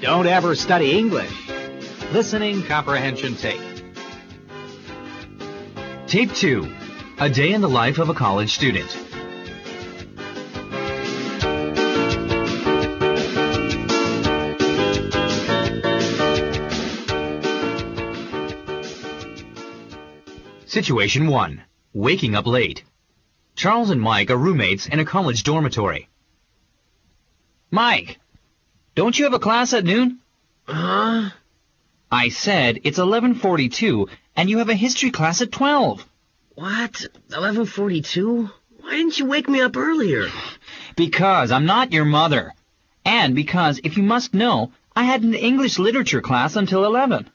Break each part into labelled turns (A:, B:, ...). A: don't ever study English. Listening Comprehension Tape. Tape 2 A Day in the Life of a College Student. Situation 1 Waking Up Late. Charles and Mike are roommates in a college dormitory. Mike, don't you have a class at noon?
B: Huh?
A: I said it's 11:42 and you have a history class at 12
B: What? 11:42? Why didn't you wake me up earlier?
A: because I'm not your mother and because if you must know, I had an English literature class until 11.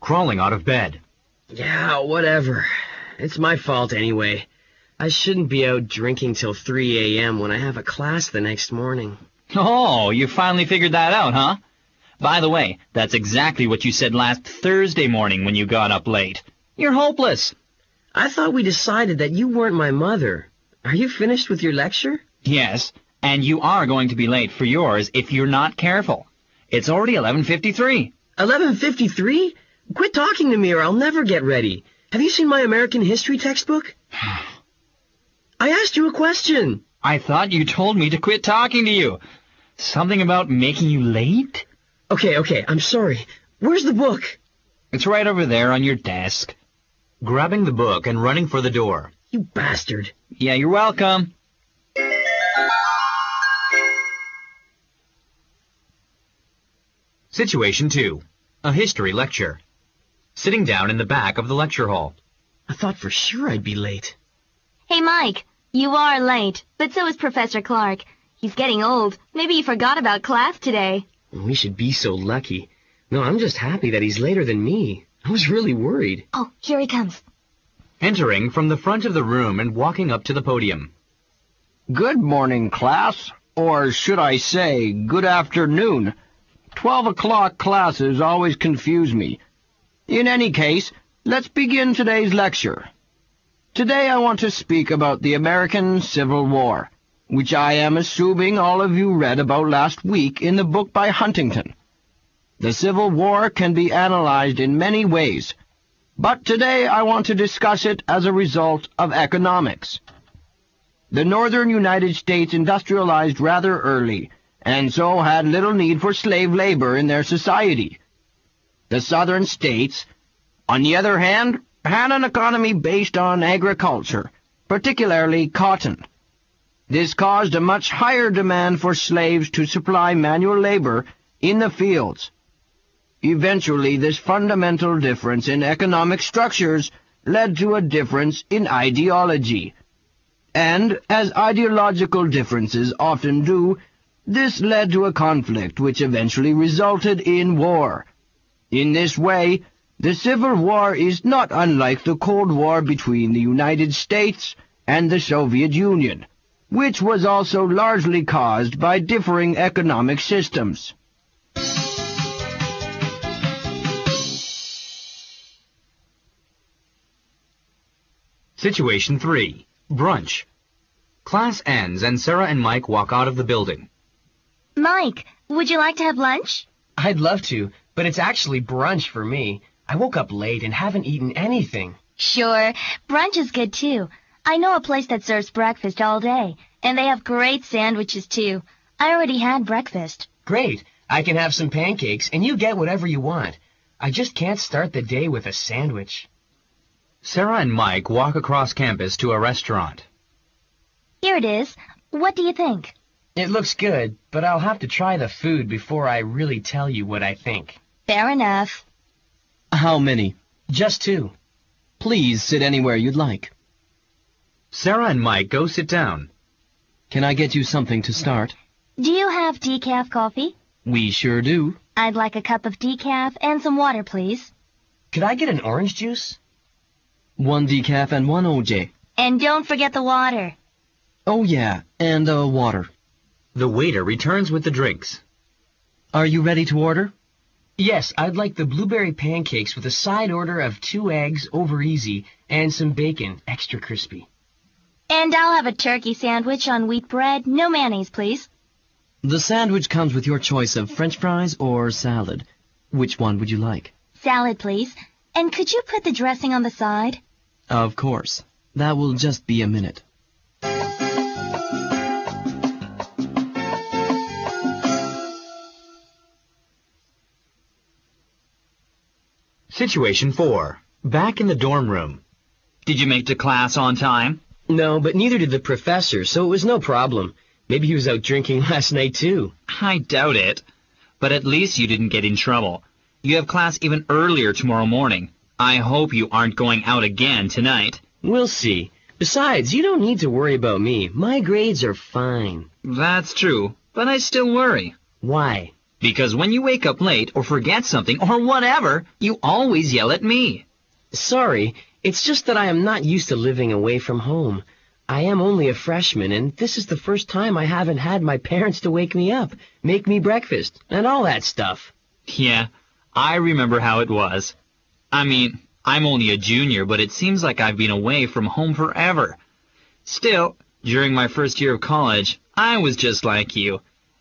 A: Crawling out of bed.
B: Yeah, whatever. It's my fault anyway. I shouldn't be out drinking till 3 a.m. when I have a class the next morning.
A: Oh, you finally figured that out, huh? By the way, that's exactly what you said last Thursday morning when you got up late. You're hopeless.
B: I thought we decided that you weren't my mother. Are you finished with your lecture?
A: Yes, and you are going to be late for yours if you're not careful. It's already 11:53.
B: 11:53? Quit talking to me or I'll never get ready. Have you seen my American history textbook? I asked you a question.
A: I thought you told me to quit talking to you. Something about making you late?
B: Okay, okay, I'm sorry. Where's the book?
A: It's right over there on your desk. Grabbing the book and running for the door.
B: You bastard.
A: Yeah, you're welcome. Situation 2. A history lecture. Sitting down in the back of the lecture hall.
B: I thought for sure I'd be late.
C: Hey, Mike, you are late, but so is Professor Clark. He's getting old. Maybe you forgot about class today.
B: We should be so lucky. No, I'm just happy that he's later than me. I was really worried.
C: Oh, here he comes.
A: Entering from the front of the room and walking up to the podium.
D: Good morning, class. Or should I say, good afternoon. Twelve o'clock classes always confuse me. In any case, let's begin today's lecture. Today I want to speak about the American Civil War, which I am assuming all of you read about last week in the book by Huntington. The Civil War can be analyzed in many ways, but today I want to discuss it as a result of economics. The northern United States industrialized rather early, and so had little need for slave labor in their society. The southern states, on the other hand, had an economy based on agriculture, particularly cotton. This caused a much higher demand for slaves to supply manual labor in the fields. Eventually, this fundamental difference in economic structures led to a difference in ideology. And, as ideological differences often do, this led to a conflict which eventually resulted in war. In this way, the Civil War is not unlike the Cold War between the United States and the Soviet Union, which was also largely caused by differing economic systems.
A: Situation 3. Brunch. Class ends and Sarah and Mike walk out of the building.
C: Mike, would you like to have lunch?
B: I'd love to, but it's actually brunch for me. I woke up late and haven't eaten anything.
C: Sure. Brunch is good too. I know a place that serves breakfast all day, and they have great sandwiches too. I already had breakfast.
B: Great. I can have some pancakes, and you get whatever you want. I just can't start the day with a sandwich.
A: Sarah and Mike walk across campus to a restaurant.
C: Here it is. What do you think?
B: It looks good, but I'll have to try the food before I really tell you what I think.
C: Fair enough.
D: How many?
B: Just two.
D: Please sit anywhere you'd like.
A: Sarah and Mike go sit down.
D: Can I get you something to start?
C: Do you have decaf coffee?
D: We sure do.
C: I'd like a cup of decaf and some water, please.
B: Could I get an orange juice?
D: One decaf and one OJ.
C: And don't forget the water.
D: Oh yeah, and uh, water.
A: The waiter returns with the drinks.
D: Are you ready to order?
B: Yes, I'd like the blueberry pancakes with a side order of two eggs over easy and some bacon extra crispy.
C: And I'll have a turkey sandwich on wheat bread, no mayonnaise, please.
E: The sandwich comes with your choice of french fries or salad. Which one would you like?
C: Salad, please. And could you put the dressing on the side?
E: Of course. That will just be a minute.
A: Situation 4. Back in the dorm room. Did you make to class on time?
B: No, but neither did the professor, so it was no problem. Maybe he was out drinking last night, too.
A: I doubt it. But at least you didn't get in trouble. You have class even earlier tomorrow morning. I hope you aren't going out again tonight.
B: We'll see. Besides, you don't need to worry about me. My grades are fine.
A: That's true, but I still worry.
B: Why?
A: Because when you wake up late or forget something or whatever, you always yell at me.
B: Sorry, it's just that I am not used to living away from home. I am only a freshman, and this is the first time I haven't had my parents to wake me up, make me breakfast, and all that stuff.
A: Yeah, I remember how it was. I mean, I'm only a junior, but it seems like I've been away from home forever. Still, during my first year of college, I was just like you.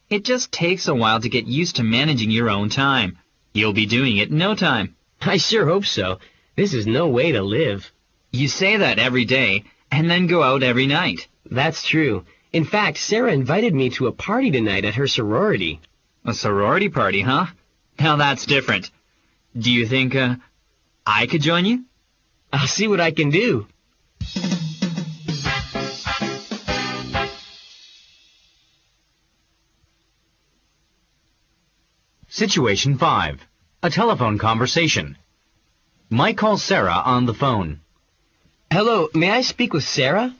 A: It just takes a while to get used to managing your own time. You'll be doing it in no time.
B: I sure hope so. This is no way to live.
A: You say that every day, and then go out every night.
B: That's true. In fact, Sarah invited me to a party tonight at her sorority.
A: A sorority party, huh? Now that's different. Do you think, uh, I could join you?
B: I'll see what I can do.
A: Situation 5. A telephone conversation. Mike calls Sarah on the phone.
B: Hello, may I speak with Sarah?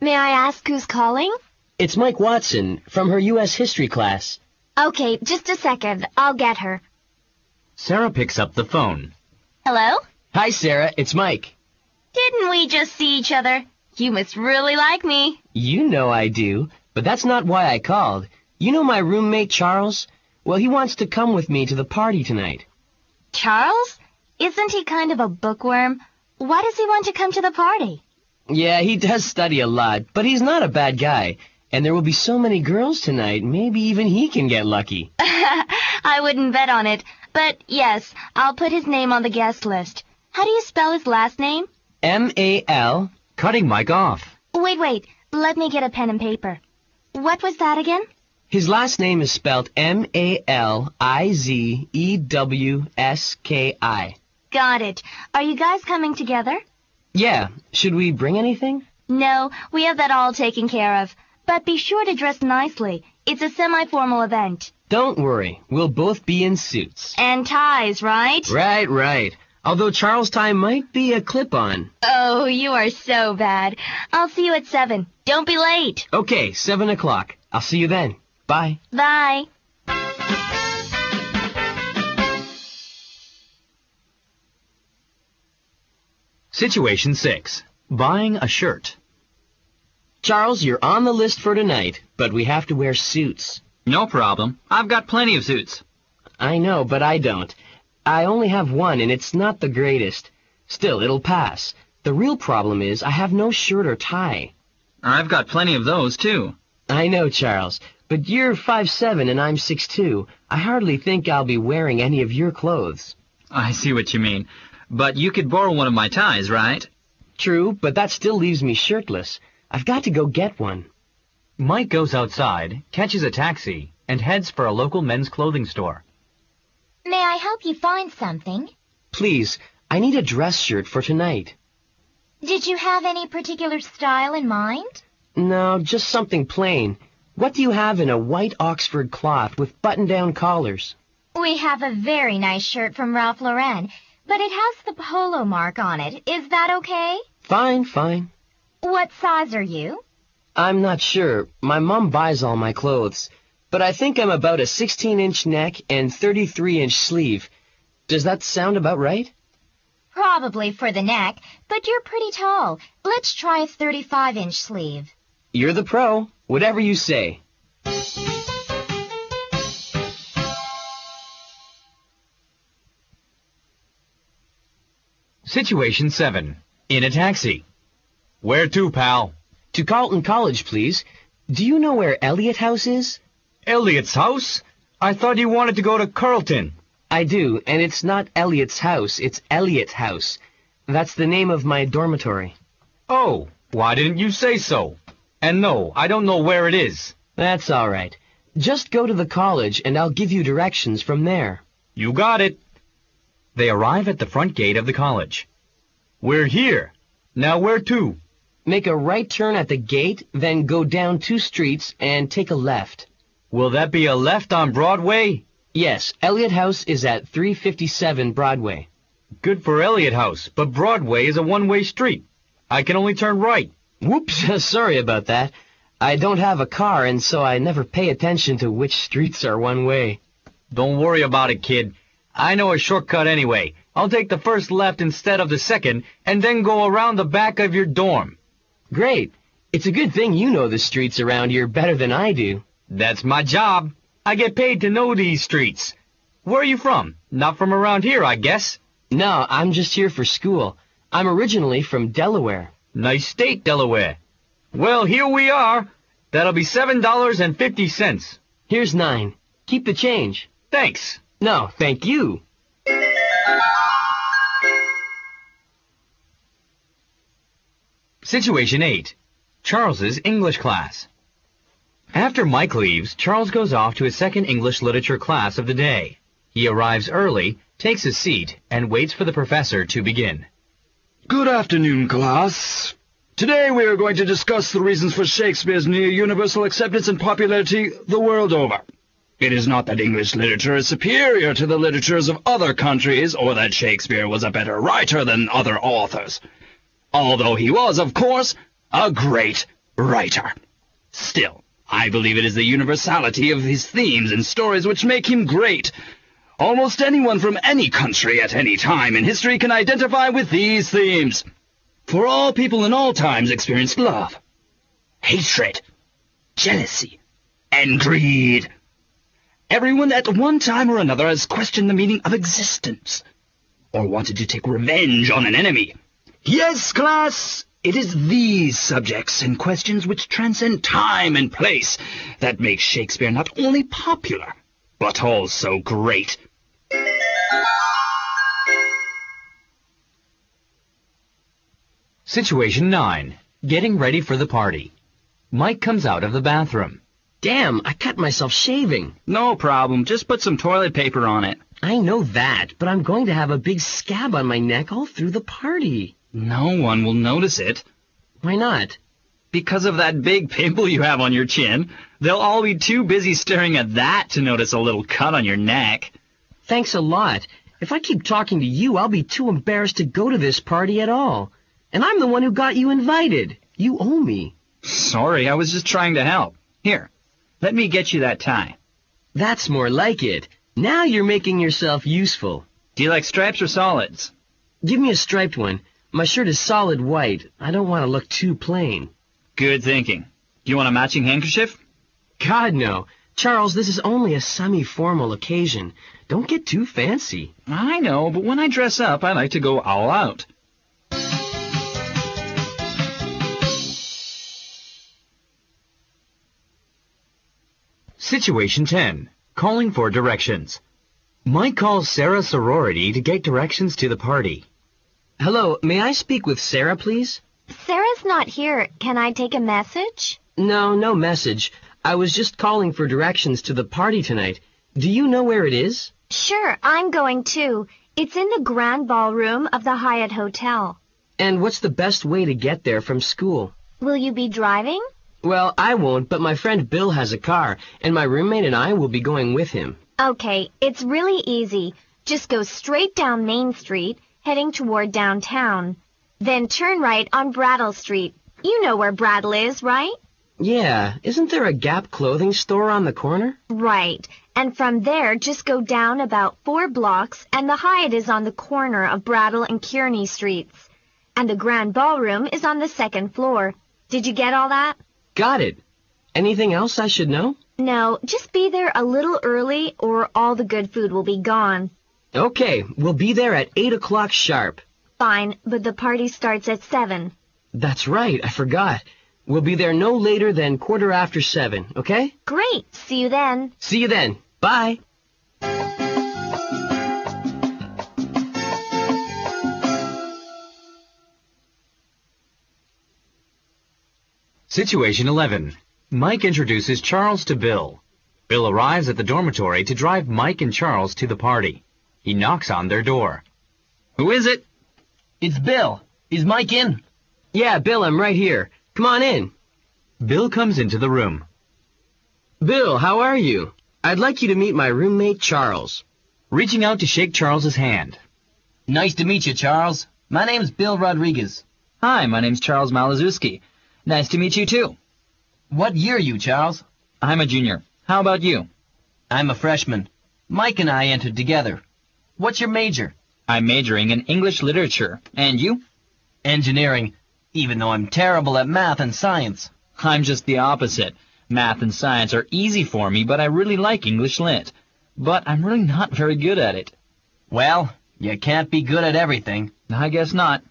C: May I ask who's calling?
B: It's Mike Watson from her U.S. history class.
C: Okay, just a second. I'll get her.
A: Sarah picks up the phone.
C: Hello?
B: Hi, Sarah. It's Mike.
C: Didn't we just see each other? You must really like me.
B: You know I do, but that's not why I called. You know my roommate, Charles? Well, he wants to come with me to the party tonight.
C: Charles? Isn't he kind of a bookworm? Why does he want to come to the party?
B: Yeah, he does study a lot, but he's not a bad guy. And there will be so many girls tonight, maybe even he can get lucky.
C: I wouldn't bet on it, but yes, I'll put his name on the guest list. How do you spell his last name?
B: M-A-L.
A: Cutting Mike off.
C: Wait, wait. Let me get a pen and paper. What was that again?
B: His last name is spelled E M-A-L-I-Z-E-W-S-K-I.
C: Got it. Are you guys coming together?
B: Yeah, should we bring anything?
C: No, we have that all taken care of. But be sure to dress nicely. It's a semi-formal event.
B: Don't worry, we'll both be in suits.
C: And ties, right?
B: Right, right. Although Charles' tie might be a clip-on.
C: Oh, you are so bad. I'll see you at 7. Don't be late.
B: Okay, 7 o'clock. I'll see you then. Bye.
C: Bye.
A: Situation 6. Buying a shirt.
B: Charles, you're on the list for tonight, but we have to wear suits.
A: No problem. I've got plenty of suits.
B: I know, but I don't. I only have one, and it's not the greatest. Still, it'll pass. The real problem is I have no shirt or tie.
A: I've got plenty of those, too.
B: I know, Charles, but you're five seven and I'm six two. I hardly think I'll be wearing any of your clothes.
A: I see what you mean. But you could borrow one of my ties, right?
B: True, but that still leaves me shirtless. I've got to go get one.
F: Mike goes outside, catches a taxi, and heads for a local men's clothing store.
C: May I help you find something?
B: Please, I need a dress shirt for tonight.
C: Did you have any particular style in mind?
B: No, just something plain. What do you have in a white Oxford cloth with button-down collars?
C: We have a very nice shirt from Ralph Lauren, but it has the polo mark on it. Is that okay?
B: Fine, fine.
C: What size are you?
B: I'm not sure. My mom buys all my clothes. But I think I'm about a 16-inch neck and 33-inch sleeve. Does that sound about right?
C: Probably for the neck, but you're pretty tall. Let's try a 35-inch sleeve.
B: You're the pro. Whatever you say.
A: Situation 7. In a taxi. Where to, pal?
B: To Carlton College, please. Do you know where Elliott House is?
G: Elliot's house? I thought you wanted to go to Carlton.
B: I do, and it's not Elliot's house, it's Elliot House. That's the name of my dormitory.
G: Oh, why didn't you say so? And no, I don't know where it is.
B: That's all right. Just go to the college and I'll give you directions from there.
G: You got it. They arrive at the front gate of the college. We're here. Now where to?
B: Make a right turn at the gate, then go down two streets and take a left.
G: Will that be a left on Broadway?
B: Yes, Elliot House is at 357 Broadway.
G: Good for Elliott House, but Broadway is a one-way street. I can only turn right.
B: Whoops, sorry about that. I don't have a car and so I never pay attention to which streets are one way.
G: Don't worry about it, kid. I know a shortcut anyway. I'll take the first left instead of the second, and then go around the back of your dorm.
B: Great. It's a good thing you know the streets around here better than I do.
G: That's my job. I get paid to know these streets. Where are you from? Not from around here, I guess.
B: No, I'm just here for school. I'm originally from Delaware.
G: Nice state, Delaware. Well, here we are. That'll be seven dollars and fifty cents.
B: Here's nine. Keep the change.
G: Thanks.
B: No, thank you.
G: Situation 8. Charles's English class. After Mike leaves, Charles goes off to his second English literature class of the day. He arrives early, takes his seat, and waits for the professor to begin.
A: Good afternoon, class. Today we are going to discuss the reasons for Shakespeare's near universal acceptance and popularity the world over. It is not that English literature is superior to the literatures of other countries or that Shakespeare was a better writer than other authors. Although he was, of course, a great writer. Still, I believe it is the universality of his themes and stories which make him great. Almost anyone from any country at any time in history can identify with these themes. For all people in all times experienced love, hatred, jealousy, and greed. Everyone at one time or another has questioned the meaning of existence, or wanted to take revenge on an enemy. Yes, class, it is these subjects and questions which transcend time and place that make Shakespeare not only popular, but also great.
G: Situation 9. Getting ready for the party. Mike comes out of the bathroom.
B: Damn, I cut myself shaving.
A: No problem, just put some toilet paper on it.
B: I know that, but I'm going to have a big scab on my neck all through the party.
A: No one will notice it.
B: Why not?
A: Because of that big pimple you have on your chin, they'll all be too busy staring at that to notice a little cut on your neck.
B: Thanks a lot. If I keep talking to you, I'll be too embarrassed to go to this party at all. And I'm the one who got you invited. You owe me.
A: Sorry, I was just trying to help. Here, let me get you that tie.
B: That's more like it. Now you're making yourself useful.
A: Do you like stripes or solids?
B: Give me a striped one. My shirt is solid white. I don't want to look too plain.
A: Good thinking. Do you want a matching handkerchief?
B: God, no. Charles, this is only a semi-formal occasion. Don't get too fancy.
A: I know, but when I dress up, I like to go all out.
G: Situation 10. Calling for directions. Mike calls Sarah Sorority to get directions to the party.
B: Hello, may I speak with Sarah, please?
C: Sarah's not here. Can I take a message?
B: No, no message. I was just calling for directions to the party tonight. Do you know where it is?
C: Sure, I'm going too. It's in the grand ballroom of the Hyatt Hotel.
B: And what's the best way to get there from school?
C: Will you be driving?
B: Well, I won't, but my friend Bill has a car, and my roommate and I will be going with him.
C: Okay, it's really easy. Just go straight down Main Street, heading toward downtown. Then turn right on Brattle Street. You know where Brattle is, right?
B: Yeah, isn't there a Gap clothing store on the corner?
C: Right. And from there, just go down about four blocks, and the Hyatt is on the corner of Brattle and Kearney Streets. And the Grand Ballroom is on the second floor. Did you get all that?
B: Got it. Anything else I should know?
C: No, just be there a little early, or all the good food will be gone.
B: Okay, we'll be there at 8 o'clock sharp.
C: Fine, but the party starts at 7.
B: That's right, I forgot. We'll be there no later than quarter after seven, okay?
C: Great. See you then.
B: See you then. Bye.
F: Situation 11. Mike introduces Charles to Bill. Bill arrives at the dormitory to drive Mike and Charles to the party. He knocks on their door.
A: Who is it?
E: It's Bill. Is Mike in?
B: Yeah, Bill, I'm right here. Come on in.
F: Bill comes into the room.
B: Bill, how are you? I'd like you to meet my roommate, Charles.
F: Reaching out to shake Charles's hand.
E: Nice to meet you, Charles. My name's Bill Rodriguez.
A: Hi, my name's Charles Malazuski. Nice to meet you too.
E: What year are you, Charles?
A: I'm a junior. How about you?
E: I'm a freshman. Mike and I entered together. What's your major?
A: I'm majoring in English literature. And you?
E: Engineering, even though I'm terrible at math and science.
A: I'm just the opposite. Math and science are easy for me, but I really like English lit. But I'm really not very good at it.
E: Well, you can't be good at everything.
A: I guess not.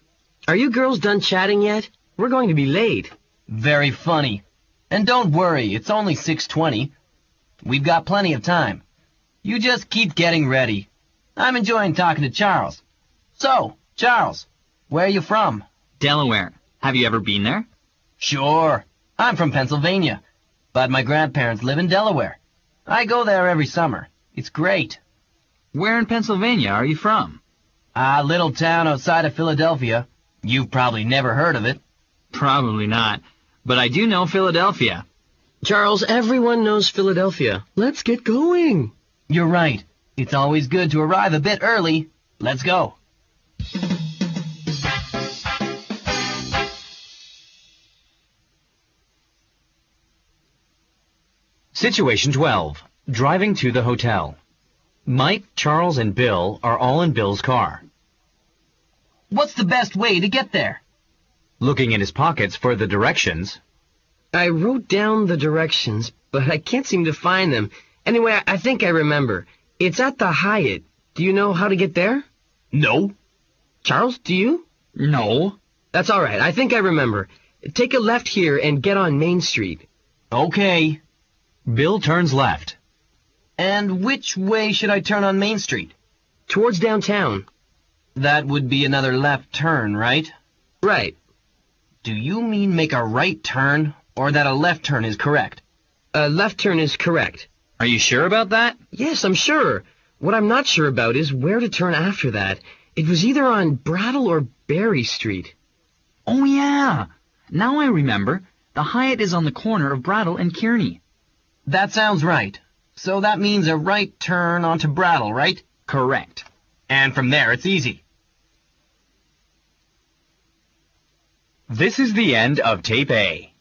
B: Are you girls done chatting yet? We're going to be late.
E: Very funny. And don't worry, it's only 6:20. We've got plenty of time. You just keep getting ready. I'm enjoying talking to Charles. So, Charles, where are you from?
A: Delaware. Have you ever been there?
E: Sure. I'm from Pennsylvania, but my grandparents live in Delaware. I go there every summer. It's great.
A: Where in Pennsylvania are you from?
E: A little town outside of Philadelphia. You've probably never heard of it.
A: Probably not, but I do know Philadelphia.
B: Charles, everyone knows Philadelphia. Let's get going.
E: You're right. It's always good to arrive a bit early. Let's go.
F: Situation 12. Driving to the hotel. Mike, Charles, and Bill are all in Bill's car.
E: What's the best way to get there?
F: Looking in his pockets for the directions.
B: I wrote down the directions, but I can't seem to find them. Anyway, I- I think I remember. It's at the Hyatt. Do you know how to get there?
F: No.
B: Charles, do you?
A: No.
B: That's all right. I think I remember. Take a left here and get on Main Street.
E: Okay.
F: Bill turns left.
E: And which way should I turn on Main Street?
B: Towards downtown.
E: That would be another left turn, right?
B: Right.
E: Do you mean make a right turn or that a left turn is correct?
B: A left turn is correct.
A: Are you sure about that?
B: Yes, I'm sure. What I'm not sure about is where to turn after that. It was either on Brattle or Berry Street.
A: Oh, yeah. Now I remember. The Hyatt is on the corner of Brattle and Kearney.
E: That sounds right. So that means a right turn onto Brattle, right?
A: Correct.
E: And from there it's easy.
F: This is the end of Tape A.